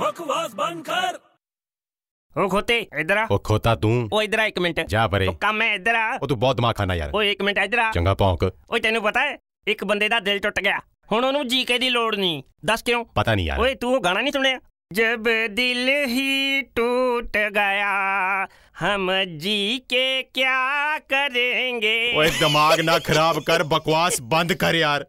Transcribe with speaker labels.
Speaker 1: ਬਕਵਾਸ ਬੰਦ ਕਰ
Speaker 2: ਉਹ ਖੋਤੇ ਇਧਰ ਆ
Speaker 3: ਉਹ ਖੋਤਾ ਤੂੰ
Speaker 2: ਉਹ ਇਧਰ ਆ ਇੱਕ ਮਿੰਟ
Speaker 3: ਜਾ ਪਰੇ
Speaker 2: ਉਹ ਕੰਮ ਹੈ ਇਧਰ ਆ
Speaker 3: ਉਹ ਤੂੰ ਬਹੁਤ ਦਿਮਾਗ ਖਾਨਾ ਯਾਰ
Speaker 2: ਉਹ ਇੱਕ ਮਿੰਟ ਇਧਰ ਆ
Speaker 3: ਚੰਗਾ ਭੌਂਕ
Speaker 2: ਓਏ ਤੈਨੂੰ ਪਤਾ ਹੈ ਇੱਕ ਬੰਦੇ ਦਾ ਦਿਲ ਟੁੱਟ ਗਿਆ ਹੁਣ ਉਹਨੂੰ ਜੀਕੇ ਦੀ ਲੋੜ ਨਹੀਂ ਦੱਸ ਕਿਉਂ
Speaker 3: ਪਤਾ ਨਹੀਂ ਯਾਰ
Speaker 2: ਓਏ ਤੂੰ ਉਹ ਗਾਣਾ ਨਹੀਂ ਸੁਣਿਆ ਜਬ ਦਿਲ ਹੀ ਟੂਟ ਗਿਆ ਹਮ ਜੀ ਕੇ ਕਿਆ ਕਰਾਂਗੇ
Speaker 3: ਓਏ ਦਿਮਾਗ ਨਾ ਖਰਾਬ ਕਰ ਬਕਵਾਸ ਬੰਦ ਕਰ ਯਾਰ